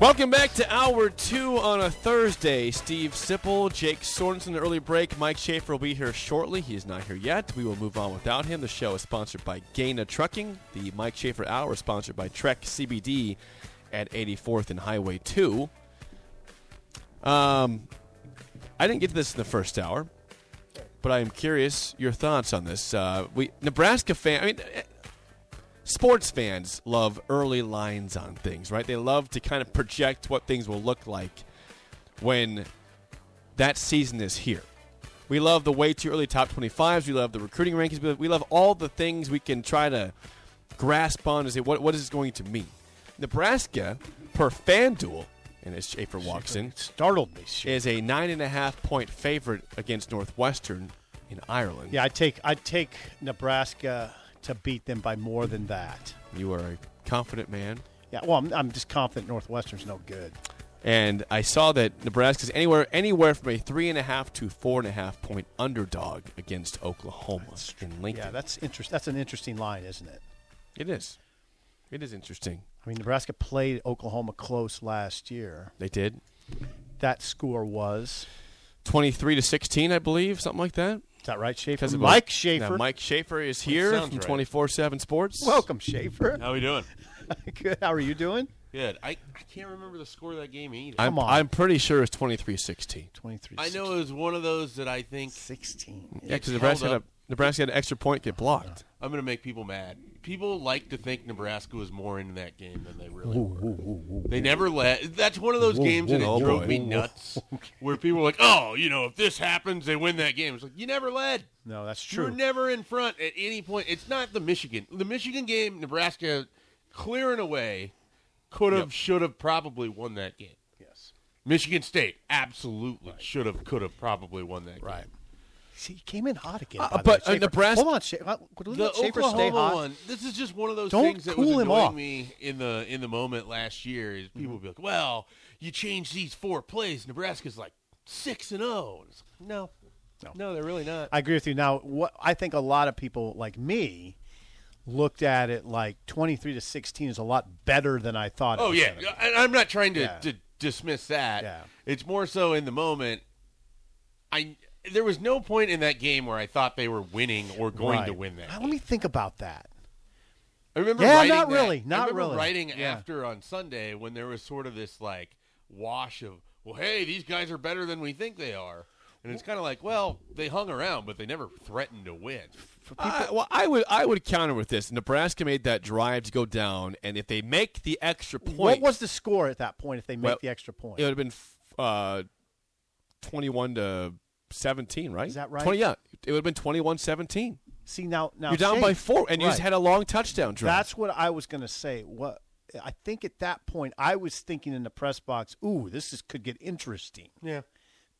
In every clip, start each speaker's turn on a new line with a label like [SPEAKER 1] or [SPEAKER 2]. [SPEAKER 1] Welcome back to hour two on a Thursday. Steve Sipple, Jake Sorensen, early break. Mike Schaefer will be here shortly. He is not here yet. We will move on without him. The show is sponsored by Gaina Trucking. The Mike Schaefer Hour is sponsored by Trek CBD at 84th and Highway 2. Um, I didn't get to this in the first hour, but I am curious your thoughts on this. Uh, we Nebraska fan. I mean, eh, sports fans love early lines on things, right? They love to kind of project what things will look like when that season is here. We love the way too early top 25s. We love the recruiting rankings. We love- We love all the things we can try to grasp on and say, what, what is this going to mean? Nebraska, per FanDuel, and as Schaefer walks in,
[SPEAKER 2] Startled me. Sure.
[SPEAKER 1] is a nine and a half point favorite against Northwestern in Ireland.
[SPEAKER 2] Yeah, I take I take Nebraska to beat them by more than that.
[SPEAKER 1] You are a confident man.
[SPEAKER 2] Yeah, well, I'm, I'm just confident Northwestern's no good.
[SPEAKER 1] And I saw that Nebraska's anywhere anywhere from a three and a half to four and a half point underdog against Oklahoma in Lincoln.
[SPEAKER 2] Yeah, that's interest. That's an interesting line, isn't it?
[SPEAKER 1] it is. It is interesting.
[SPEAKER 2] I mean, Nebraska played Oklahoma close last year.
[SPEAKER 1] They did.
[SPEAKER 2] That score was
[SPEAKER 1] Twenty three to sixteen, I believe, something like that.
[SPEAKER 2] is that right, Schaefer?
[SPEAKER 1] Because of
[SPEAKER 2] Mike
[SPEAKER 1] a-
[SPEAKER 2] Schaefer.
[SPEAKER 1] Now, Mike Schaefer is here
[SPEAKER 3] sounds
[SPEAKER 1] from
[SPEAKER 3] right.
[SPEAKER 1] twenty four seven sports.
[SPEAKER 2] welcome Schaefer.
[SPEAKER 3] How we doing?
[SPEAKER 2] good. How are you doing?
[SPEAKER 3] Good. I, I can't remember the score of that game either.
[SPEAKER 1] I'm,
[SPEAKER 2] Come on.
[SPEAKER 1] I'm pretty sure it's twenty three sixteen.
[SPEAKER 2] Twenty-three.
[SPEAKER 3] I know it was one of those that I think
[SPEAKER 2] 16.
[SPEAKER 1] Yeah, because
[SPEAKER 3] held
[SPEAKER 1] Nebraska had a,
[SPEAKER 3] up.
[SPEAKER 1] Nebraska had an extra point get blocked.
[SPEAKER 3] I'm going to make people mad. People like to think Nebraska was more into that game than they really were. They never let. That's one of those games that
[SPEAKER 1] whoa,
[SPEAKER 3] it drove
[SPEAKER 1] boy.
[SPEAKER 3] me nuts, where people were like, "Oh, you know, if this happens, they win that game." It's like you never led.
[SPEAKER 2] No, that's
[SPEAKER 3] You were
[SPEAKER 2] true.
[SPEAKER 3] never in front at any point. It's not the Michigan. The Michigan game, Nebraska clearing away, could have, should have, probably won that game.
[SPEAKER 2] yes.
[SPEAKER 3] Michigan State absolutely should have, could have, probably won that game.
[SPEAKER 2] See, he came in hot again.
[SPEAKER 1] Uh,
[SPEAKER 2] by the
[SPEAKER 1] but,
[SPEAKER 2] way,
[SPEAKER 1] uh,
[SPEAKER 2] Schaefer.
[SPEAKER 1] Nebraska-
[SPEAKER 2] Hold on, Schaefer. Would we
[SPEAKER 3] the
[SPEAKER 2] let Schaefer
[SPEAKER 3] Oklahoma
[SPEAKER 2] stay hot?
[SPEAKER 3] one. This is just one of those
[SPEAKER 2] Don't
[SPEAKER 3] things that was
[SPEAKER 2] cool him
[SPEAKER 3] annoying
[SPEAKER 2] off.
[SPEAKER 3] me in the in the moment last year. Is
[SPEAKER 2] Mm-hmm.
[SPEAKER 3] people would be like, "Well, you changed these four plays. Nebraska's like six and zero." And it's like, No, no, no, they're really not.
[SPEAKER 2] I agree with you. Now, what I think a lot of people like me looked at it like 23 to 16 is a lot better than I thought. it
[SPEAKER 3] oh
[SPEAKER 2] was
[SPEAKER 3] yeah,
[SPEAKER 2] gonna be.
[SPEAKER 3] and I'm not trying to,
[SPEAKER 2] Yeah.
[SPEAKER 3] to dismiss that.
[SPEAKER 2] Yeah.
[SPEAKER 3] It's more so in the moment. I there was no point in that game where I thought they were winning or going
[SPEAKER 2] Right.
[SPEAKER 3] to win that.
[SPEAKER 2] Now,
[SPEAKER 3] game.
[SPEAKER 2] let me think about that.
[SPEAKER 3] I remember
[SPEAKER 2] Yeah,
[SPEAKER 3] writing
[SPEAKER 2] not
[SPEAKER 3] that-
[SPEAKER 2] really,
[SPEAKER 3] I
[SPEAKER 2] not
[SPEAKER 3] remember
[SPEAKER 2] really.
[SPEAKER 3] writing
[SPEAKER 2] Yeah.
[SPEAKER 3] after on Sunday when there was sort of this like wash of, well, hey, these guys are better than we think they are, and it's kind of like, well, they hung around, but they never threatened to win.
[SPEAKER 1] I, well, I would I would counter with this. Nebraska made that drive to go down, and if they make the extra point,
[SPEAKER 2] What was the score at that point if they make
[SPEAKER 1] Well,
[SPEAKER 2] the extra point?
[SPEAKER 1] it? Would have been uh, twenty-one to seventeen, right?
[SPEAKER 2] Is that right?
[SPEAKER 1] 20, yeah, it would have been 21-17.
[SPEAKER 2] See now, now
[SPEAKER 1] You're down by
[SPEAKER 2] Schaefer-
[SPEAKER 1] four, and you just
[SPEAKER 2] Right.
[SPEAKER 1] had a long touchdown drive.
[SPEAKER 2] That's what I was going to say. What I think at that point, I was thinking in the press box, "Ooh, this is could get interesting.
[SPEAKER 3] Yeah,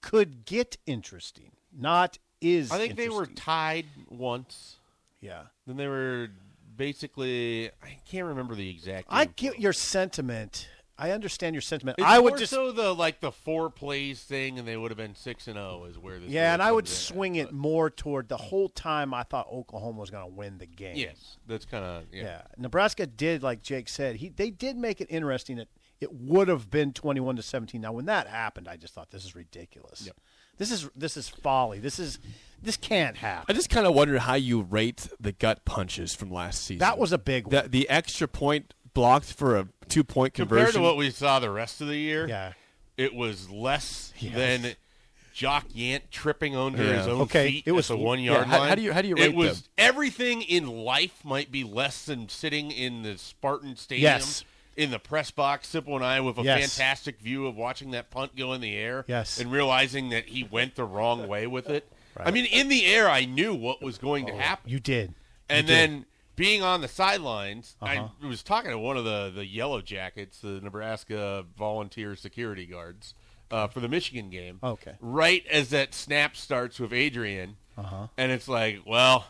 [SPEAKER 2] Could get interesting. Not is.
[SPEAKER 3] I think they were
[SPEAKER 2] interesting.
[SPEAKER 3] tied once,
[SPEAKER 2] yeah.
[SPEAKER 3] then they were basically, I can't remember the exact.
[SPEAKER 2] I
[SPEAKER 3] game.
[SPEAKER 2] get your sentiment. I understand your sentiment.
[SPEAKER 3] It's
[SPEAKER 2] I would
[SPEAKER 3] more
[SPEAKER 2] just
[SPEAKER 3] so the like the four plays thing, and they would have been six and zero is where this.
[SPEAKER 2] Yeah,
[SPEAKER 3] really
[SPEAKER 2] and I would
[SPEAKER 3] comes in at,
[SPEAKER 2] swing it
[SPEAKER 3] but-
[SPEAKER 2] more toward the whole time I thought Oklahoma was going to win the game.
[SPEAKER 3] Yes, that's kind of
[SPEAKER 2] Yeah.
[SPEAKER 3] yeah.
[SPEAKER 2] Nebraska did, like Jake said, he they did make it interesting. It it would have been twenty one to seventeen. Now, when that happened, I just thought this is ridiculous. This is this is folly. This is this can't
[SPEAKER 1] I
[SPEAKER 2] happen.
[SPEAKER 1] just kind of wonder how you rate the gut punches from last season.
[SPEAKER 2] That was a big one.
[SPEAKER 1] the, the extra point blocked for a two-point conversion.
[SPEAKER 3] Compared to what we saw the rest of the year,
[SPEAKER 2] Yeah.
[SPEAKER 3] it was less than Jock Yant tripping under
[SPEAKER 1] Yeah.
[SPEAKER 3] his own
[SPEAKER 2] Okay,
[SPEAKER 3] feet.
[SPEAKER 2] it was-
[SPEAKER 3] at the one yard
[SPEAKER 1] yeah, how-
[SPEAKER 3] line.
[SPEAKER 1] how do you- how do you
[SPEAKER 3] It
[SPEAKER 1] rate
[SPEAKER 3] was
[SPEAKER 1] them?
[SPEAKER 3] everything in life might be less than sitting in the Spartan Stadium.
[SPEAKER 2] Yes.
[SPEAKER 3] in the press box, Sipple and I, with a
[SPEAKER 2] Yes.
[SPEAKER 3] fantastic view of watching that punt go in the air.
[SPEAKER 2] Yes.
[SPEAKER 3] And realizing that he went the wrong way with it. I mean, in the air, I knew what was going
[SPEAKER 1] Oh,
[SPEAKER 3] to happen.
[SPEAKER 2] You did.
[SPEAKER 3] and
[SPEAKER 2] You did. Uh-huh.
[SPEAKER 3] then being on the sidelines, I was talking to one of the, the Yellow Jackets, the Nebraska volunteer security guards, uh, for the Michigan game.
[SPEAKER 2] Okay.
[SPEAKER 3] Right as that snap starts with Adrian. Uh-huh. And it's like, well,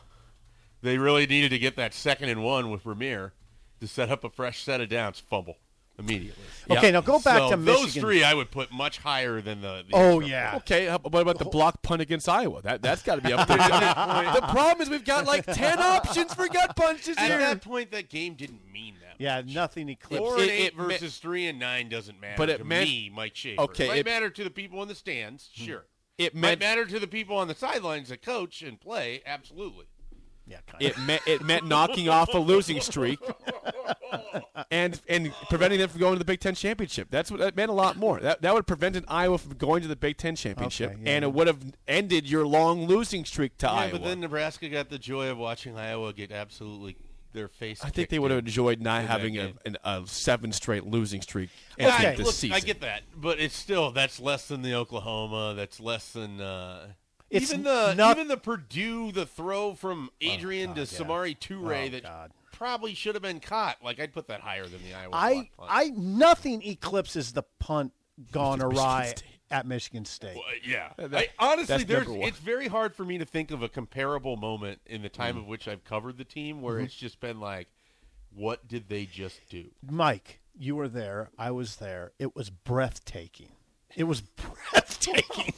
[SPEAKER 3] they really needed to get that second and one with Ramir to set up a fresh set of downs. Fumble immediately.
[SPEAKER 2] Okay, now go back
[SPEAKER 3] So
[SPEAKER 2] to
[SPEAKER 3] those
[SPEAKER 2] Michigan.
[SPEAKER 3] three, I would put much higher than the. the
[SPEAKER 2] Oh
[SPEAKER 3] extra
[SPEAKER 2] yeah. Oh.
[SPEAKER 1] Okay, how- what about the block punt against Iowa? That that's got to be up there. the problem is we've got like ten options for gut punches
[SPEAKER 3] point. At
[SPEAKER 1] here.
[SPEAKER 3] that point, that game didn't mean that.
[SPEAKER 2] Yeah,
[SPEAKER 3] much.
[SPEAKER 2] nothing
[SPEAKER 3] Four
[SPEAKER 2] eclipsed.
[SPEAKER 3] and
[SPEAKER 1] It-
[SPEAKER 3] eight
[SPEAKER 1] it ma-
[SPEAKER 3] versus three and nine doesn't matter
[SPEAKER 1] But it
[SPEAKER 3] to
[SPEAKER 1] meant-
[SPEAKER 3] me, Mike Schaefer.
[SPEAKER 1] Okay,
[SPEAKER 3] it might
[SPEAKER 1] it- Hmm.
[SPEAKER 3] matter to the people in the stands, sure.
[SPEAKER 1] It
[SPEAKER 3] might
[SPEAKER 1] meant
[SPEAKER 3] matter to the people on the sidelines that coach and play, absolutely.
[SPEAKER 2] Yeah, kind of.
[SPEAKER 1] it meant it meant knocking off a losing streak and and preventing them from going to the Big Ten championship. That's what that meant a lot more. That that would have prevented Iowa from going to the Big Ten championship,
[SPEAKER 2] Okay, yeah.
[SPEAKER 1] and it would have ended your long losing streak to
[SPEAKER 3] Yeah,
[SPEAKER 1] Iowa.
[SPEAKER 3] but then Nebraska got the joy of watching Iowa get absolutely their face.
[SPEAKER 1] I think they would have enjoyed not having a,
[SPEAKER 3] game.
[SPEAKER 1] an, a seven straight losing streak
[SPEAKER 3] Yeah,
[SPEAKER 1] ending
[SPEAKER 3] I-
[SPEAKER 1] this
[SPEAKER 3] look,
[SPEAKER 1] season.
[SPEAKER 3] I get that, but it's still that's less than the Oklahoma. That's less than uh,
[SPEAKER 2] It's
[SPEAKER 3] even the
[SPEAKER 2] not-
[SPEAKER 3] even the Purdue. The throw
[SPEAKER 1] Oh,
[SPEAKER 3] from Adrian to Samari Toure
[SPEAKER 2] Oh,
[SPEAKER 3] that
[SPEAKER 2] God.
[SPEAKER 3] probably should have been caught. Like I'd put that higher than the Iowa.
[SPEAKER 2] I
[SPEAKER 3] block punt.
[SPEAKER 2] I nothing eclipses the punt gone awry
[SPEAKER 1] State.
[SPEAKER 2] at Michigan State.
[SPEAKER 3] Well, yeah.
[SPEAKER 1] that-
[SPEAKER 3] I, honestly,
[SPEAKER 1] that's
[SPEAKER 3] there's
[SPEAKER 1] number one.
[SPEAKER 3] it's very hard for me to think of a comparable moment in the
[SPEAKER 1] Mm-hmm.
[SPEAKER 3] time of which I've covered the team where it's just been like, what did they just do?
[SPEAKER 2] Mike, you were there. I was there. It was breathtaking. It was breathtaking.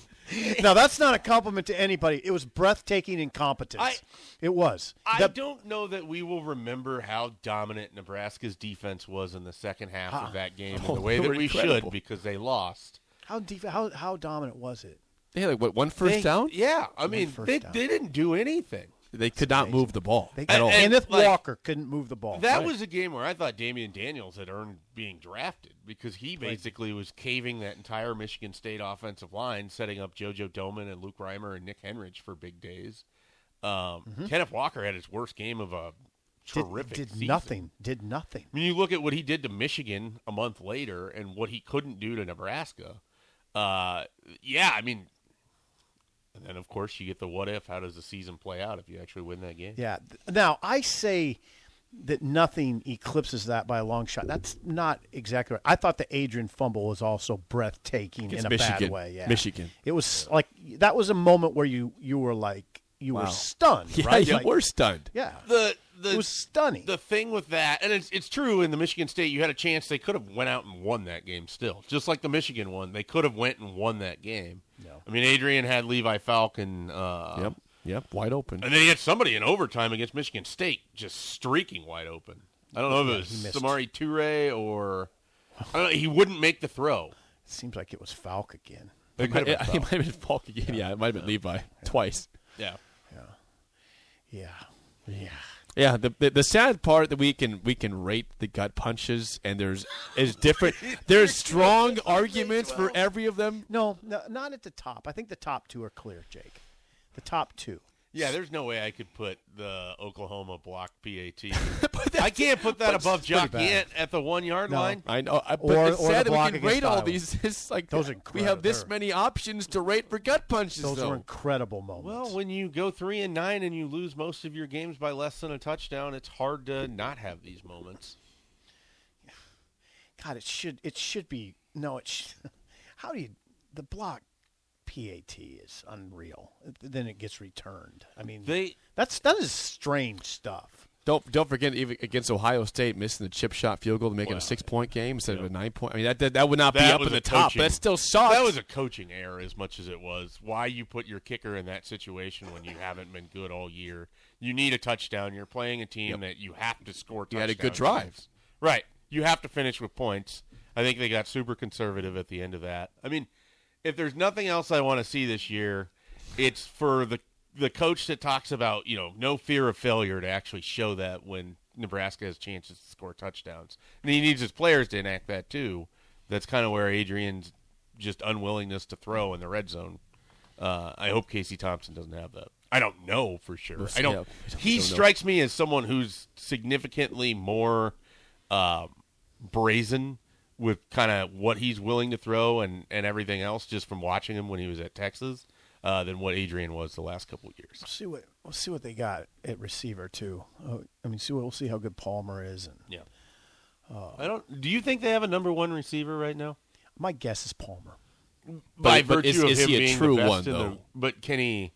[SPEAKER 2] now that's not a compliment to anybody. It was breathtaking incompetence.
[SPEAKER 3] I-
[SPEAKER 2] it was.
[SPEAKER 3] I
[SPEAKER 2] The-
[SPEAKER 3] don't know that we will remember how dominant Nebraska's defense was in the second half of that game in the way
[SPEAKER 1] Ah. Oh, they
[SPEAKER 3] that
[SPEAKER 1] were
[SPEAKER 3] we
[SPEAKER 1] incredible.
[SPEAKER 3] should because they lost.
[SPEAKER 2] how deep? How how dominant was it?
[SPEAKER 1] They had like what one first
[SPEAKER 3] They- e
[SPEAKER 1] down?
[SPEAKER 3] Yeah, I mean
[SPEAKER 2] first
[SPEAKER 3] they,
[SPEAKER 2] down.
[SPEAKER 3] they didn't do anything.
[SPEAKER 1] They could not move the ball
[SPEAKER 2] They,
[SPEAKER 1] at all.
[SPEAKER 3] and-
[SPEAKER 2] Kenneth
[SPEAKER 3] like-
[SPEAKER 2] Walker couldn't move the ball.
[SPEAKER 3] That was a game where I thought Damian Daniels had earned being drafted because he basically was caving that entire Michigan State offensive line, setting up JoJo Doman and Luke Reimer and Nick Henrich for big days. Um, Kenneth Walker had his worst game of
[SPEAKER 2] Mm-hmm.
[SPEAKER 3] a
[SPEAKER 2] did,
[SPEAKER 3] terrific
[SPEAKER 2] did
[SPEAKER 3] season.
[SPEAKER 2] nothing. Did nothing.
[SPEAKER 3] I mean, you look at what he did to Michigan a month later and what he couldn't do to Nebraska. Uh, yeah, I mean, and then of course you get the what if? How does the season play out if you actually win that game?
[SPEAKER 2] Yeah. Th- Now I say that nothing eclipses that by a long shot. That's not exactly right. I thought the Adrian fumble was also breathtaking
[SPEAKER 1] Against
[SPEAKER 2] in a bad
[SPEAKER 1] Michigan.
[SPEAKER 2] way. Yeah.
[SPEAKER 1] Michigan.
[SPEAKER 2] It was like that was a moment where you you were like you were stunned,
[SPEAKER 1] yeah,
[SPEAKER 2] right?
[SPEAKER 1] you
[SPEAKER 2] Like,
[SPEAKER 1] were stunned.
[SPEAKER 2] Yeah.
[SPEAKER 3] The the
[SPEAKER 2] it was stunning.
[SPEAKER 3] the thing with that, and it's it's true in the Michigan State, you had a chance. They could have went out and won that game still, just like the Michigan one. They could have went and won that game.
[SPEAKER 2] No.
[SPEAKER 3] I mean, Adrian had Levi Falcon. Uh,
[SPEAKER 1] Yep, yep, wide open.
[SPEAKER 3] And then he had somebody in overtime against Michigan State just streaking wide open. I don't know if it
[SPEAKER 2] he
[SPEAKER 3] was
[SPEAKER 2] missed.
[SPEAKER 3] Samari Toure or I don't know, he wouldn't make the throw.
[SPEAKER 2] it seems like it was Falk again.
[SPEAKER 1] It
[SPEAKER 3] might have
[SPEAKER 1] might,
[SPEAKER 3] been
[SPEAKER 1] it, might have been Falk again. Yeah, it might have been Levi twice.
[SPEAKER 3] Yeah.
[SPEAKER 2] Yeah. Yeah.
[SPEAKER 1] Yeah, the, the the sad part that we can we can rate the gut punches and there's is different. There's strong arguments for every of them.
[SPEAKER 2] No, no, not at the top. I think the top two are clear, Jake. The top two.
[SPEAKER 3] Yeah, there's no way I could put the Oklahoma block PAT. I can't put that above Jock
[SPEAKER 2] bad.
[SPEAKER 3] Yant at the one yard
[SPEAKER 2] No.
[SPEAKER 3] line.
[SPEAKER 1] I know, I, but
[SPEAKER 2] Or-
[SPEAKER 1] it's
[SPEAKER 2] or
[SPEAKER 1] sad
[SPEAKER 2] the
[SPEAKER 1] that
[SPEAKER 2] block
[SPEAKER 1] we can
[SPEAKER 2] against
[SPEAKER 1] rate all
[SPEAKER 2] Iowa.
[SPEAKER 1] these. It's like
[SPEAKER 2] Those are
[SPEAKER 1] we have this
[SPEAKER 2] they're-
[SPEAKER 1] many options to rate for gut punches.
[SPEAKER 2] Those
[SPEAKER 1] though.
[SPEAKER 2] were incredible moments.
[SPEAKER 3] Well, when you go three and nine and you lose most of your games by less than a touchdown, it's hard to not have these moments.
[SPEAKER 2] God, it should it should be no. It should, how do you the block PAT is unreal. Then it gets returned. I mean,
[SPEAKER 3] They
[SPEAKER 2] that's that is strange stuff.
[SPEAKER 1] Don't don't forget even against Ohio State missing the chip shot field goal to make it a six point game instead of a nine point. I mean that that, that would not be
[SPEAKER 3] That
[SPEAKER 1] up
[SPEAKER 3] was
[SPEAKER 1] in the
[SPEAKER 3] a
[SPEAKER 1] top.
[SPEAKER 3] coaching-
[SPEAKER 1] That still sucks.
[SPEAKER 3] That was a coaching error as much as it was why you put your kicker in that situation when you haven't been good all year. You need a touchdown. You're playing a team that you have to score.
[SPEAKER 1] You had a good
[SPEAKER 3] touchdown
[SPEAKER 1] drive.
[SPEAKER 3] against. right? You have to finish with points. I think they got super conservative at the end of that. I mean, if there's nothing else I want to see this year, it's for the the coach that talks about you know no fear of failure to actually show that when Nebraska has chances to score touchdowns, and he needs his players to enact that too. That's kind of where Adrian's just unwillingness to throw in the red zone. Uh, I hope Casey Thompson doesn't have that. I don't know for sure. I
[SPEAKER 1] yeah, we
[SPEAKER 3] don't.
[SPEAKER 1] don't-
[SPEAKER 3] he
[SPEAKER 1] don't know.
[SPEAKER 3] strikes me as someone who's significantly more um, brazen with kind of what he's willing to throw and, and everything else just from watching him when he was at Texas uh, than what Adrian was the last couple of years.
[SPEAKER 2] see what we'll see what they got at receiver too. Oh, I mean, see what we'll see how good Palmer is. And
[SPEAKER 3] Yeah. Uh, I don't. Do you think they have a number one receiver right now?
[SPEAKER 2] my guess is Palmer.
[SPEAKER 3] By
[SPEAKER 1] But- but
[SPEAKER 3] virtue
[SPEAKER 1] is-
[SPEAKER 3] of
[SPEAKER 1] is
[SPEAKER 3] him
[SPEAKER 1] he a
[SPEAKER 3] being
[SPEAKER 1] true
[SPEAKER 3] the best
[SPEAKER 1] one,
[SPEAKER 3] in the-
[SPEAKER 1] though?
[SPEAKER 3] but can he?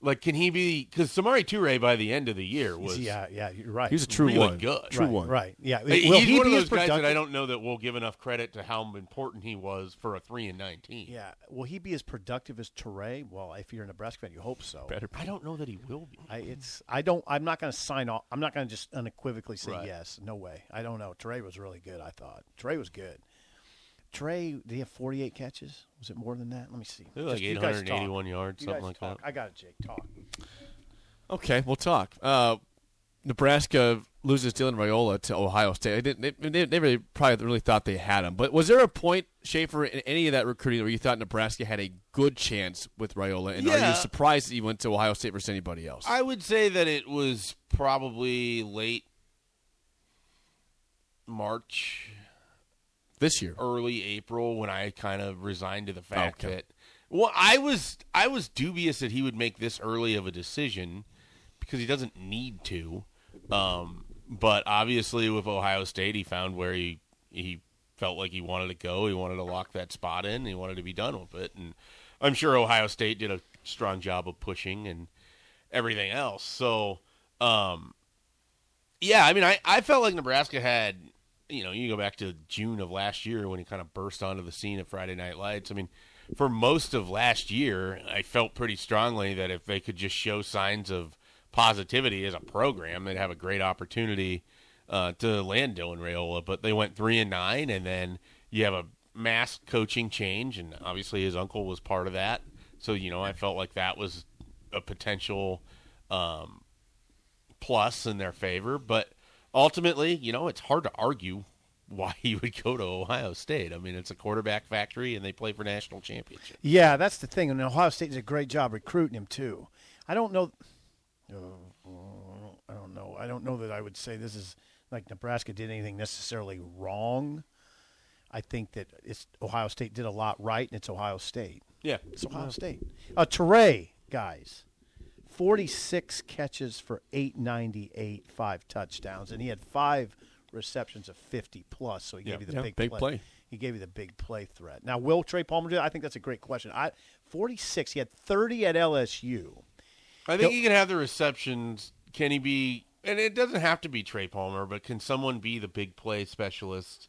[SPEAKER 3] Like, can he be? Because Samari Toure by the end of the year was
[SPEAKER 2] yeah, yeah, you're right.
[SPEAKER 1] He was a true
[SPEAKER 3] really
[SPEAKER 1] one.
[SPEAKER 3] good.
[SPEAKER 1] True
[SPEAKER 2] right,
[SPEAKER 1] one.
[SPEAKER 2] right? Yeah,
[SPEAKER 3] Hey,
[SPEAKER 2] Will
[SPEAKER 3] Uh, he's
[SPEAKER 2] he
[SPEAKER 3] one of
[SPEAKER 2] be as
[SPEAKER 3] those guys that I
[SPEAKER 2] productive-
[SPEAKER 3] don't know that we'll give enough credit to how important he was for a three and nineteen.
[SPEAKER 2] Yeah, will he be as productive as Teray? Well, if you're a Nebraska fan, you hope so.
[SPEAKER 1] Better.
[SPEAKER 3] I don't know that he will be.
[SPEAKER 2] I, it's I don't I'm not going to sign off. I'm not going to just unequivocally say
[SPEAKER 3] Right.
[SPEAKER 2] yes. No way. I don't know. Trey was really good. I thought Trey was good. Trey, did he have 48 catches? Was it more than that? Let me see.
[SPEAKER 3] It was like
[SPEAKER 2] Just- you guys talk.
[SPEAKER 3] 881 yards,
[SPEAKER 2] You
[SPEAKER 3] something
[SPEAKER 2] guys
[SPEAKER 3] like
[SPEAKER 2] talk.
[SPEAKER 3] that.
[SPEAKER 2] I got it, Jake. Talk.
[SPEAKER 1] Okay, we'll talk. Uh, Nebraska loses Dylan Raiola to Ohio State. They didn't. They, they, they really probably really thought they had him. But was there a point, Schaefer, in any of that recruiting where you thought Nebraska had a good chance with Raiola? And are
[SPEAKER 3] Yeah.
[SPEAKER 1] you surprised that he went to Ohio State versus anybody else?
[SPEAKER 3] I would say that it was probably late March,
[SPEAKER 1] this year, Oh,
[SPEAKER 3] early April when I kind of resigned to the fact
[SPEAKER 1] Okay.
[SPEAKER 3] that well, I was I was dubious that he would make this early of a decision because he doesn't need to. Um, but obviously, with Ohio State, he found where he he felt like he wanted to go. He wanted to lock that spot in. He wanted to be done with it. And I'm sure Ohio State did a strong job of pushing and everything else. So, um, yeah, I mean, I, I felt like Nebraska had, you know, you go back to June of last year when he kind of burst onto the scene at Friday Night Lights. I mean, for most of last year, I felt pretty strongly that if they could just show signs of positivity as a program, they'd have a great opportunity uh, to land Dylan Rayola. But they went three and nine, and then you have a mass coaching change, and obviously his uncle was part of that. So you know, I felt like that was a potential um, plus in their favor, but ultimately, you know, it's hard to argue why he would go to Ohio State. I mean, it's a quarterback factory and they play for national championship.
[SPEAKER 2] Yeah, that's the thing. And Ohio State did a great job recruiting him too. I don't know. uh, I don't know. I don't know that I would say this is like Nebraska did anything necessarily wrong. I think that it's Ohio State did a lot right, and it's Ohio State.
[SPEAKER 3] Yeah.
[SPEAKER 2] It's Ohio State. Uh, Teray, guys, 46 catches for 898, five touchdowns, and he had five receptions of 50 plus. So he gave you the
[SPEAKER 1] Yeah,
[SPEAKER 2] big,
[SPEAKER 1] big
[SPEAKER 2] play.
[SPEAKER 1] play.
[SPEAKER 2] He gave you the big play threat. Now, will Trey Palmer do that? I think that's a great question. I 46. He had 30 at LSU.
[SPEAKER 3] I think he can have the receptions. Can he be and it doesn't have to be Trey Palmer, but can someone be the big play specialist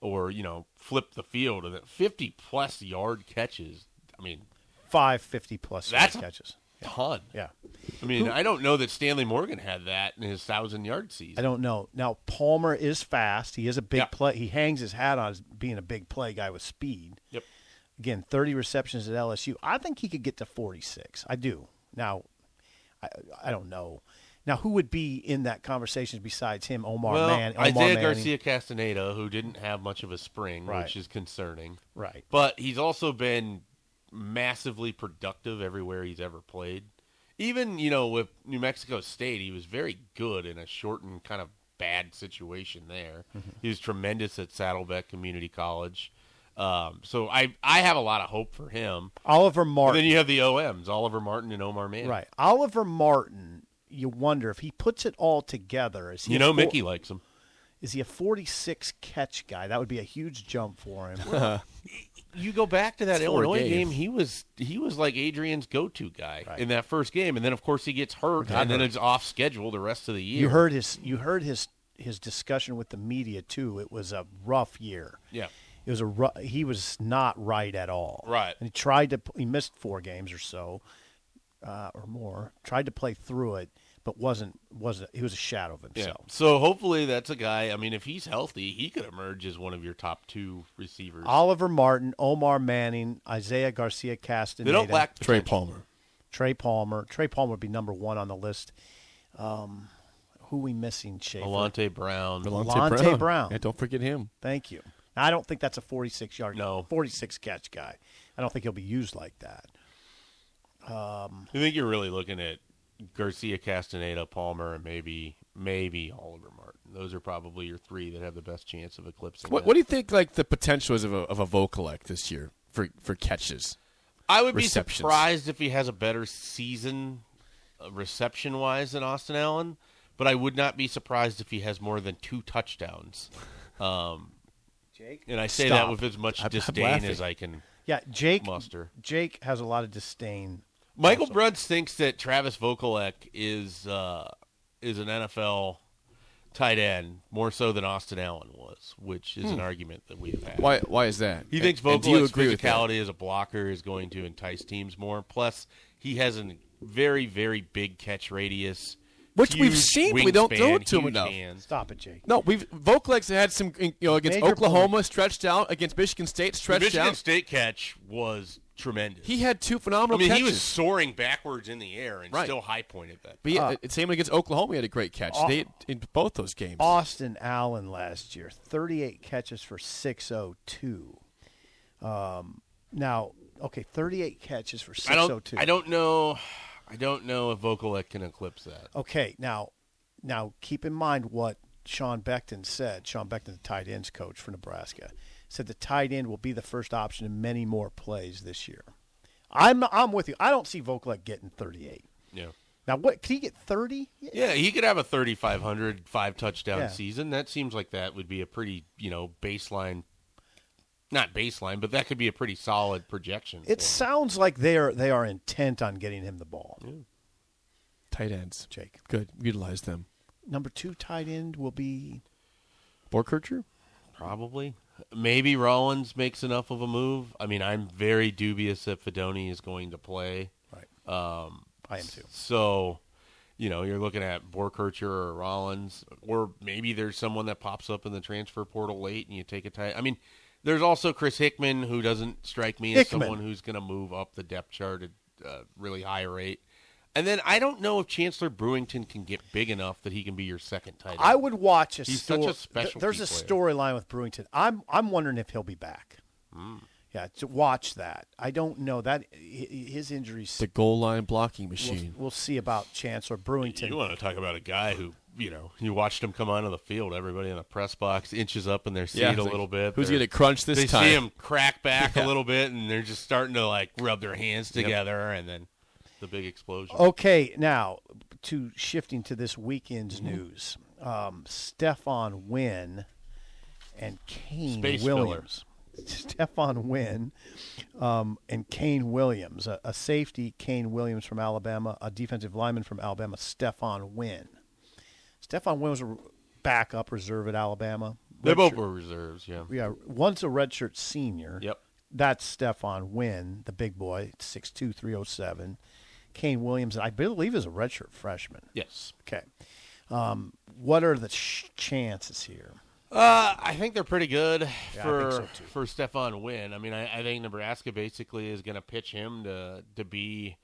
[SPEAKER 3] or, you know, flip the field and that 50 plus yard catches? I mean,
[SPEAKER 2] Five 50 plus yard
[SPEAKER 3] That's a-
[SPEAKER 2] catches.
[SPEAKER 3] ton.
[SPEAKER 2] Yeah.
[SPEAKER 3] I mean, I don't know that Stanley Morgan had that in his 1,000-yard season.
[SPEAKER 2] I don't know. Now Palmer is fast. He is a big
[SPEAKER 3] Yeah.
[SPEAKER 2] play. He hangs his hat on as being a big play guy with speed.
[SPEAKER 3] Yep.
[SPEAKER 2] Again, 30 receptions at LSU. I think he could get to 46. I do. Now, I, I don't know. Now, who would be in that conversation besides him? Omar
[SPEAKER 3] well,
[SPEAKER 2] Man. Omar
[SPEAKER 3] Isaiah
[SPEAKER 2] Manning.
[SPEAKER 3] Garcia Castaneda, who didn't have much of a spring,
[SPEAKER 2] Right.
[SPEAKER 3] which is concerning.
[SPEAKER 2] Right.
[SPEAKER 3] But he's also been massively productive everywhere he's ever played. Even, you know, with New Mexico State, he was very good in a shortened kind of bad situation there.
[SPEAKER 2] Mm-hmm.
[SPEAKER 3] He was tremendous at Saddleback Community College. Um, so I I have a lot of hope for him.
[SPEAKER 2] Oliver
[SPEAKER 3] And
[SPEAKER 2] Martin.
[SPEAKER 3] then you have the OMs, Oliver Martin and Omar Mann.
[SPEAKER 2] right. Oliver Martin. You wonder if he puts it all together. Is he
[SPEAKER 3] You
[SPEAKER 2] a
[SPEAKER 3] know,
[SPEAKER 2] four-
[SPEAKER 3] Mickey likes him.
[SPEAKER 2] Is he a 46 catch guy? That would be a huge jump for him.
[SPEAKER 3] you go back to that
[SPEAKER 1] Four
[SPEAKER 3] Illinois
[SPEAKER 1] games.
[SPEAKER 3] game. He was he was like Adrian's go-to guy
[SPEAKER 2] Right.
[SPEAKER 3] in that first game, and then of course he gets hurt, and then it's off schedule the rest of the year.
[SPEAKER 2] You heard his you heard his his discussion with the media too. It was a rough year.
[SPEAKER 3] yeah,
[SPEAKER 2] It was a ru- he was not right at all.
[SPEAKER 3] Right.
[SPEAKER 2] And he tried to he missed four games or so uh, or more. Tried to play through it but wasn't wasn't he was a shadow of
[SPEAKER 3] yeah.
[SPEAKER 2] himself.
[SPEAKER 3] So hopefully that's a guy. I mean, if he's healthy, he could emerge as one of your top two receivers.
[SPEAKER 2] Oliver Martin, Omar Manning, Isaiah Garcia Castaneda,
[SPEAKER 3] they don't lack
[SPEAKER 1] Trey
[SPEAKER 3] potential.
[SPEAKER 1] Palmer.
[SPEAKER 2] Trey Palmer. Trey Palmer would be number 1 on the list. Um who we missing, Schaefer?
[SPEAKER 3] Alante Brown.
[SPEAKER 2] Alante Brown. Brown.
[SPEAKER 1] Yeah, don't forget him.
[SPEAKER 2] Thank you. Now, I don't think that's a 46 yard,
[SPEAKER 3] No.
[SPEAKER 2] 46 catch guy. I don't think he'll be used like that.
[SPEAKER 3] I think you're really looking at Garcia, Castaneda, Palmer, and maybe maybe Oliver Martin. Those are probably your three that have the best chance of eclipsing.
[SPEAKER 1] What,
[SPEAKER 3] that.
[SPEAKER 1] what do you think? Like the potential is of a, of a Vokalek this year for for catches.
[SPEAKER 3] I would be
[SPEAKER 1] receptions.
[SPEAKER 3] surprised if he has a better season reception wise than Austin Allen, but I would not be surprised if he has more than two touchdowns. Um,
[SPEAKER 2] Jake?
[SPEAKER 3] and I say
[SPEAKER 1] Stop.
[SPEAKER 3] that with as much
[SPEAKER 1] I'm- I'm
[SPEAKER 3] disdain
[SPEAKER 1] laughing.
[SPEAKER 3] as I can.
[SPEAKER 2] Yeah, Jake.
[SPEAKER 3] Muster.
[SPEAKER 2] Jake has a lot of disdain.
[SPEAKER 3] Michael Bruns thinks that Travis Vokalek is uh, is an NFL tight end more so than Austin Allen was, which is an argument that we have had.
[SPEAKER 1] Hmm. Why why is that?
[SPEAKER 3] He
[SPEAKER 1] And-
[SPEAKER 3] thinks
[SPEAKER 1] and do you
[SPEAKER 3] Vokalek's
[SPEAKER 1] agree with that?
[SPEAKER 3] physicality as a blocker is going to entice teams more. Plus, he has a very, very big catch radius,
[SPEAKER 1] Which we've
[SPEAKER 3] huge
[SPEAKER 1] seen, but we don't
[SPEAKER 3] wingspan,
[SPEAKER 1] throw it to him
[SPEAKER 3] huge
[SPEAKER 1] enough.
[SPEAKER 3] hands.
[SPEAKER 2] Stop it, Jake.
[SPEAKER 1] No, we've Vokalek's had some you know against
[SPEAKER 2] Major
[SPEAKER 1] Oklahoma stretched out, against Michigan State
[SPEAKER 3] The
[SPEAKER 1] stretched
[SPEAKER 3] Michigan
[SPEAKER 1] out.
[SPEAKER 3] State catch was tremendous.
[SPEAKER 1] He had two
[SPEAKER 3] I
[SPEAKER 1] phenomenal
[SPEAKER 3] mean,
[SPEAKER 1] catches.
[SPEAKER 3] he was soaring backwards in the air and
[SPEAKER 1] Right.
[SPEAKER 3] still high pointed that.
[SPEAKER 1] but
[SPEAKER 2] Ah.
[SPEAKER 1] yeah, it- same against Oklahoma. He had a great catch. they in both those games.
[SPEAKER 2] Austin Allen last year, 38 catches for 602. Um, now, okay, 38 catches for
[SPEAKER 3] I
[SPEAKER 2] 602.
[SPEAKER 3] don't. I don't know. I don't know if Vokalek can eclipse that.
[SPEAKER 2] Okay, now, now keep in mind what Sean Beckton said. Sean Beckton, the tight ends coach for Nebraska, said the tight end will be the first option in many more plays this year. I'm I'm with you. I don't see Vokalek getting 38.
[SPEAKER 3] Yeah.
[SPEAKER 2] Now, what could he get 30?
[SPEAKER 3] Yeah, he could have a 3,500 five touchdown
[SPEAKER 2] Yeah.
[SPEAKER 3] season. That seems like that would be a pretty, you know, baseline. Not baseline, but that could be a pretty solid projection. for
[SPEAKER 2] It
[SPEAKER 3] him.
[SPEAKER 2] sounds like they are they are intent on getting him the ball.
[SPEAKER 1] Tight ends.
[SPEAKER 2] Jake,
[SPEAKER 1] Good. Utilize them.
[SPEAKER 2] number two tight end will be
[SPEAKER 1] Borkercher?
[SPEAKER 3] probably. Maybe Rollins makes enough of a move. I mean, I'm very dubious that Fedoni is going to play.
[SPEAKER 2] right. Um, I am too.
[SPEAKER 3] So, you know, you're looking at Borkercher or Rollins, or maybe there's someone that pops up in the transfer portal late and you take a tight. I mean, there's also Chris Hickman, who doesn't strike me as
[SPEAKER 2] Hickman.
[SPEAKER 3] someone who's going to move up the depth chart at a really high rate. And then I don't know if Chancellor Brewington can get big enough that he can be your second tight end.
[SPEAKER 2] I would watch a
[SPEAKER 3] He's
[SPEAKER 2] story.
[SPEAKER 3] such a specialty
[SPEAKER 2] there's a
[SPEAKER 3] player.
[SPEAKER 2] storyline with Brewington. I'm I'm wondering if he'll be back.
[SPEAKER 3] Hmm.
[SPEAKER 2] Yeah, to watch that. I don't know that hi- hi- his injuries.
[SPEAKER 1] The goal line blocking
[SPEAKER 2] We'll,
[SPEAKER 1] machine.
[SPEAKER 2] we'll see about Chancellor Brewington.
[SPEAKER 3] You want to talk about a guy who, you know, you watched him come onto the field. Everybody in the press box inches up in their seat
[SPEAKER 1] Yeah, it's
[SPEAKER 3] a
[SPEAKER 1] like,
[SPEAKER 3] little bit.
[SPEAKER 1] who's
[SPEAKER 3] They're-
[SPEAKER 1] gonna crunch this
[SPEAKER 3] they
[SPEAKER 1] time?
[SPEAKER 3] see him crack back a little bit, and they're just starting to like rub their hands together, and then the big explosion.
[SPEAKER 2] Okay, now to shifting to this weekend's
[SPEAKER 3] Mm-hmm.
[SPEAKER 2] news. Um, Stefan Wynn and Kane
[SPEAKER 3] Space
[SPEAKER 2] Williams. Stefan Wynn um, and Kane Williams, a, a safety, Kane Williams from Alabama, a defensive lineman from Alabama, Stefan Wynn. Stefan Wynn was a backup reserve at Alabama.
[SPEAKER 3] They both
[SPEAKER 2] Redshirt-
[SPEAKER 3] were reserves, yeah.
[SPEAKER 2] yeah, once a redshirt senior.
[SPEAKER 3] Yep.
[SPEAKER 2] That's Stefan Wynn, the big boy, 6'2", 307. Kane Williams, I believe, is a redshirt freshman.
[SPEAKER 3] Yes,
[SPEAKER 2] Okay. Um, what are the sh- chances here?
[SPEAKER 3] uh, I think they're pretty good
[SPEAKER 2] think
[SPEAKER 3] for
[SPEAKER 2] so, too.
[SPEAKER 3] for Stefan Wynn. I mean, I, I think Nebraska basically is going to pitch him to to be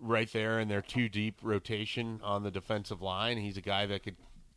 [SPEAKER 3] right there in their two deep rotation on the defensive line. He's a guy that could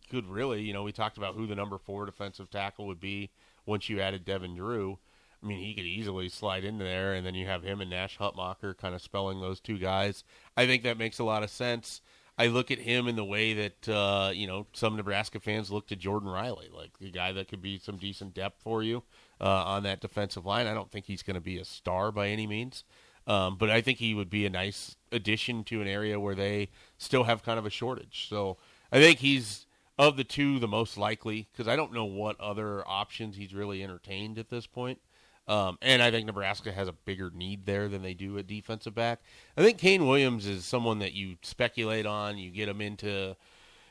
[SPEAKER 3] could really, you know, we talked about who the number four defensive tackle would be once you added Devin Drew. I mean, he could easily slide into there, and then you have him and Nash Hutmacher kind of spelling those two guys. I think that makes a lot of sense. I look at him in the way that uh, you know some Nebraska fans look to Jordan Riley, like the guy that could be some decent depth for you uh, on that defensive line. I don't think he's going to be a star by any means, um, but I think he would be a nice addition to an area where they still have kind of a shortage. So I think he's of the two the most likely because I don't know what other options he's really entertained at this point. Um, and I think Nebraska has a bigger need there than they do at defensive back. I think Kane Williams is someone that you speculate on. You get him into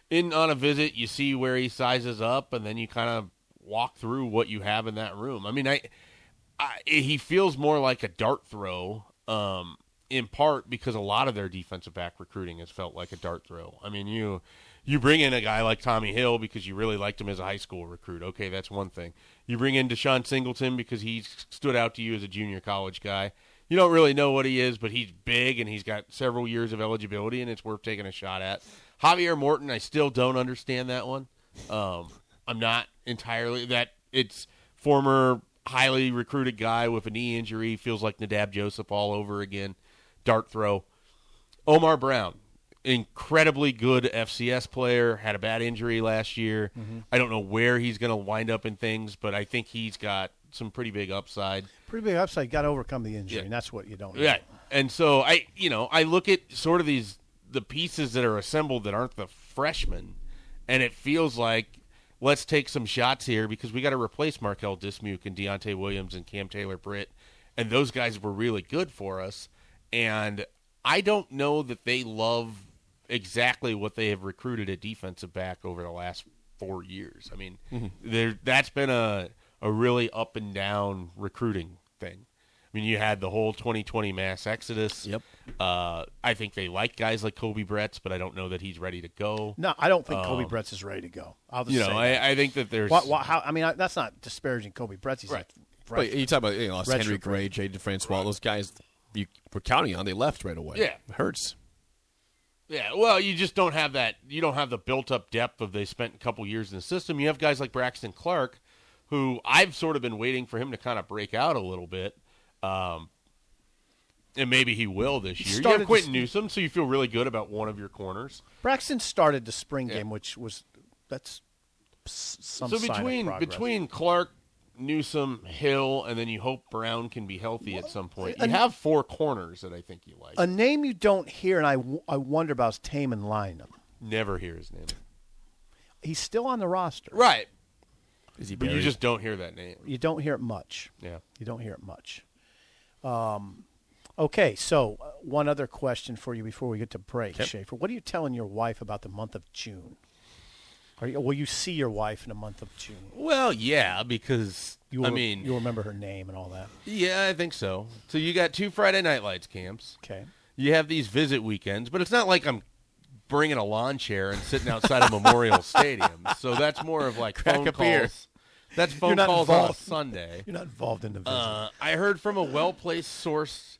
[SPEAKER 3] in on a visit, you see where he sizes up, and then you kind of walk through what you have in that room. I mean, I I, he feels more like a dart throw, um, in part because a lot of their defensive back recruiting has felt like a dart throw. I mean, you you bring in a guy like Tommy Hill because you really liked him as a high school recruit. Okay, that's one thing. You bring in Deshaun Singleton because he stood out to you as a junior college guy. You don't really know what he is, but he's big and he's got several years of eligibility, and it's worth taking a shot at. Javier Morton, I still don't understand that one. Um, I'm not entirely that it's former highly recruited guy with a knee injury feels like Nadab Joseph all over again. Dart throw. Omar Brown incredibly good FCS player, had a bad injury last year. I don't know where he's going to wind up in things, but I think he's got some pretty big upside.
[SPEAKER 2] Pretty big upside. Got to overcome the injury,
[SPEAKER 3] Yeah.
[SPEAKER 2] and that's what you don't.
[SPEAKER 3] Yeah.
[SPEAKER 2] know.
[SPEAKER 3] And so I, you know, I look at sort of these the pieces that are assembled that aren't the freshmen, and it feels like let's take some shots here because we got to replace Markel Dismuke and Deontay Williams and Cam Taylor Britt, and those guys were really good for us, and I don't know that they love exactly what they have recruited a defensive back over the last four years. I mean, there that's been a a really up and down recruiting thing. I mean, you had the whole 2020 mass exodus.
[SPEAKER 1] Yep.
[SPEAKER 3] Uh, I think they like guys like Kobe Bretts, but I don't know that he's ready to go.
[SPEAKER 2] No, I don't think Kobe Bretz is ready to go. I'll just
[SPEAKER 3] Um, You know,
[SPEAKER 2] say that.
[SPEAKER 3] I, I think that there's
[SPEAKER 2] Why- why- how, I mean, I, that's not disparaging Kobe Bretz. He's
[SPEAKER 3] Right.
[SPEAKER 2] a
[SPEAKER 1] But you talk about you know, lost
[SPEAKER 2] Redshirt
[SPEAKER 1] Henry Gray, Jaden Francois, those guys you were counting on, they left right away.
[SPEAKER 3] Yeah.
[SPEAKER 1] It hurts.
[SPEAKER 3] yeah. Well, you just don't have that. You don't have the built up depth of they spent a couple years in the system. You have guys like Braxton Clark, who I've sort of been waiting for him to kind of break out a little bit. Um, and maybe he will this year. You
[SPEAKER 2] Started
[SPEAKER 3] have
[SPEAKER 2] to
[SPEAKER 3] Quentin
[SPEAKER 2] s-
[SPEAKER 3] Newsom, so you feel really good about one of your corners.
[SPEAKER 2] Braxton started the spring game, which was that's s- some
[SPEAKER 3] so
[SPEAKER 2] sign of
[SPEAKER 3] between
[SPEAKER 2] progress.
[SPEAKER 3] between Clark, Newsom, Hill, and then you hope Brown can be healthy at some point. You
[SPEAKER 2] an-
[SPEAKER 3] have four corners that I think you like.
[SPEAKER 2] a name you don't hear, and I, w- I wonder about is Taman Lynam.
[SPEAKER 3] Never hear his name.
[SPEAKER 2] He's still on the roster.
[SPEAKER 3] Right,
[SPEAKER 1] Is he
[SPEAKER 3] but you
[SPEAKER 1] buried?
[SPEAKER 3] just don't hear that name.
[SPEAKER 2] You don't hear it much.
[SPEAKER 3] Yeah.
[SPEAKER 2] You don't hear it much. Um, okay, so uh, one other question for you before we get to break, Schaefer. What are you telling your wife about the month of June? Are you, will you see your wife in the month of June?
[SPEAKER 3] Well, yeah, because
[SPEAKER 2] You will,
[SPEAKER 3] I mean,
[SPEAKER 2] you'll remember her name and all that.
[SPEAKER 3] yeah, I think so. So you got two Friday night lights camps.
[SPEAKER 2] Okay.
[SPEAKER 3] You have these visit weekends, but it's not like I'm bringing a lawn chair and sitting outside of Memorial Stadium. So that's more of like
[SPEAKER 1] Crack
[SPEAKER 3] phone
[SPEAKER 1] a
[SPEAKER 3] calls.
[SPEAKER 1] beer.
[SPEAKER 3] That's phone
[SPEAKER 2] You're not
[SPEAKER 3] calls on a
[SPEAKER 2] involved.
[SPEAKER 3] Sunday.
[SPEAKER 2] You're not involved in the visit.
[SPEAKER 3] Uh, I heard from a well placed source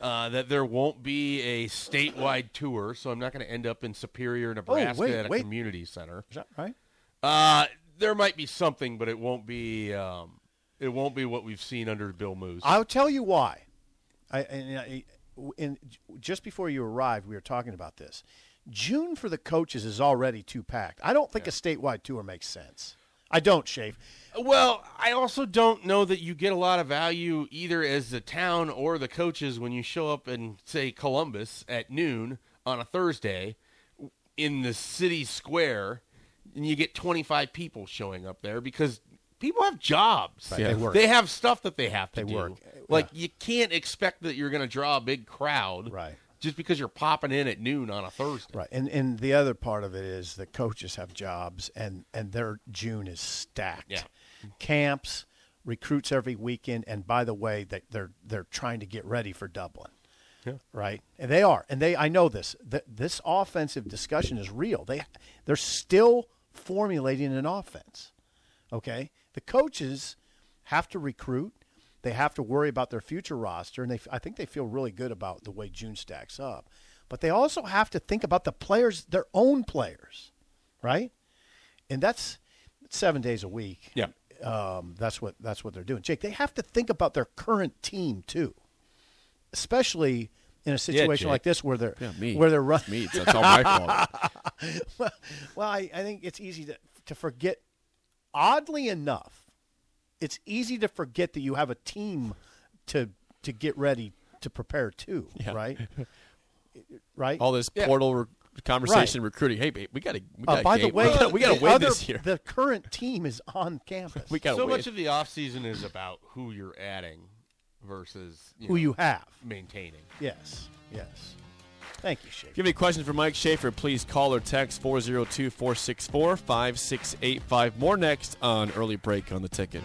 [SPEAKER 3] uh, that there won't be a statewide tour, so I'm not going to end up in Superior, Nebraska
[SPEAKER 2] Oh, wait,
[SPEAKER 3] at a
[SPEAKER 2] wait.
[SPEAKER 3] community center.
[SPEAKER 2] Is that right?
[SPEAKER 3] Uh, there might be something, but it won't be. Um, it won't be what we've seen under Bill Moose.
[SPEAKER 2] I'll tell you why. I, and, I- and just before you arrived, we were talking about this. June for the coaches is already too packed. I don't think a statewide tour makes sense. I don't, Shafe.
[SPEAKER 3] well, I also don't know that you get a lot of value either as the town or the coaches when you show up in, say, Columbus at noon on a Thursday in the city square, and you get 25 people showing up there because people have jobs.
[SPEAKER 2] They work.
[SPEAKER 3] They have stuff that they have to
[SPEAKER 2] They
[SPEAKER 3] do.
[SPEAKER 2] work.
[SPEAKER 3] Like you can't expect that you're going to draw a big crowd,
[SPEAKER 2] Right.
[SPEAKER 3] Just because you're popping in at noon on a Thursday,
[SPEAKER 2] Right. And and the other part of it is the coaches have jobs and and their June is stacked.
[SPEAKER 3] Yeah.
[SPEAKER 2] Camps, recruits every weekend and by the way they they're they're trying to get ready for Dublin. Yeah. Right? And they are. And they I know this. Th- this offensive discussion is real. They they're still formulating an offense. Okay? The coaches have to recruit. They have to worry about their future roster, and they, I think they feel really good about the way June stacks up. But they also have to think about the players, their own players, right? And that's seven days a week.
[SPEAKER 3] Yeah.
[SPEAKER 2] um, that's what that's what they're doing, Jake. They have to think about their current team too, especially in a situation
[SPEAKER 3] Jake.
[SPEAKER 2] like this where they're
[SPEAKER 1] yeah, me.
[SPEAKER 2] where they're running.
[SPEAKER 1] me. It's- That's all my fault.
[SPEAKER 2] well, well I, I think it's easy to, to forget. Oddly enough, it's easy to forget that you have a team to to get ready to prepare to, right? right?
[SPEAKER 1] All this portal re- conversation, recruiting. Hey, babe, we got to. We got
[SPEAKER 2] Uh, by the way,
[SPEAKER 1] we gotta, we gotta
[SPEAKER 2] the
[SPEAKER 1] win
[SPEAKER 2] other-
[SPEAKER 1] this year.
[SPEAKER 2] The current team is on campus.
[SPEAKER 1] We got to
[SPEAKER 3] so
[SPEAKER 1] win.
[SPEAKER 3] much of the offseason is about who you're adding versus
[SPEAKER 2] who
[SPEAKER 3] know,
[SPEAKER 2] you have.
[SPEAKER 3] maintaining.
[SPEAKER 2] Yes. Yes. Thank you, Shay.
[SPEAKER 1] If you have any questions for Mike Schaefer, please call or text 402 464 5685. More next on Early Break on the Ticket.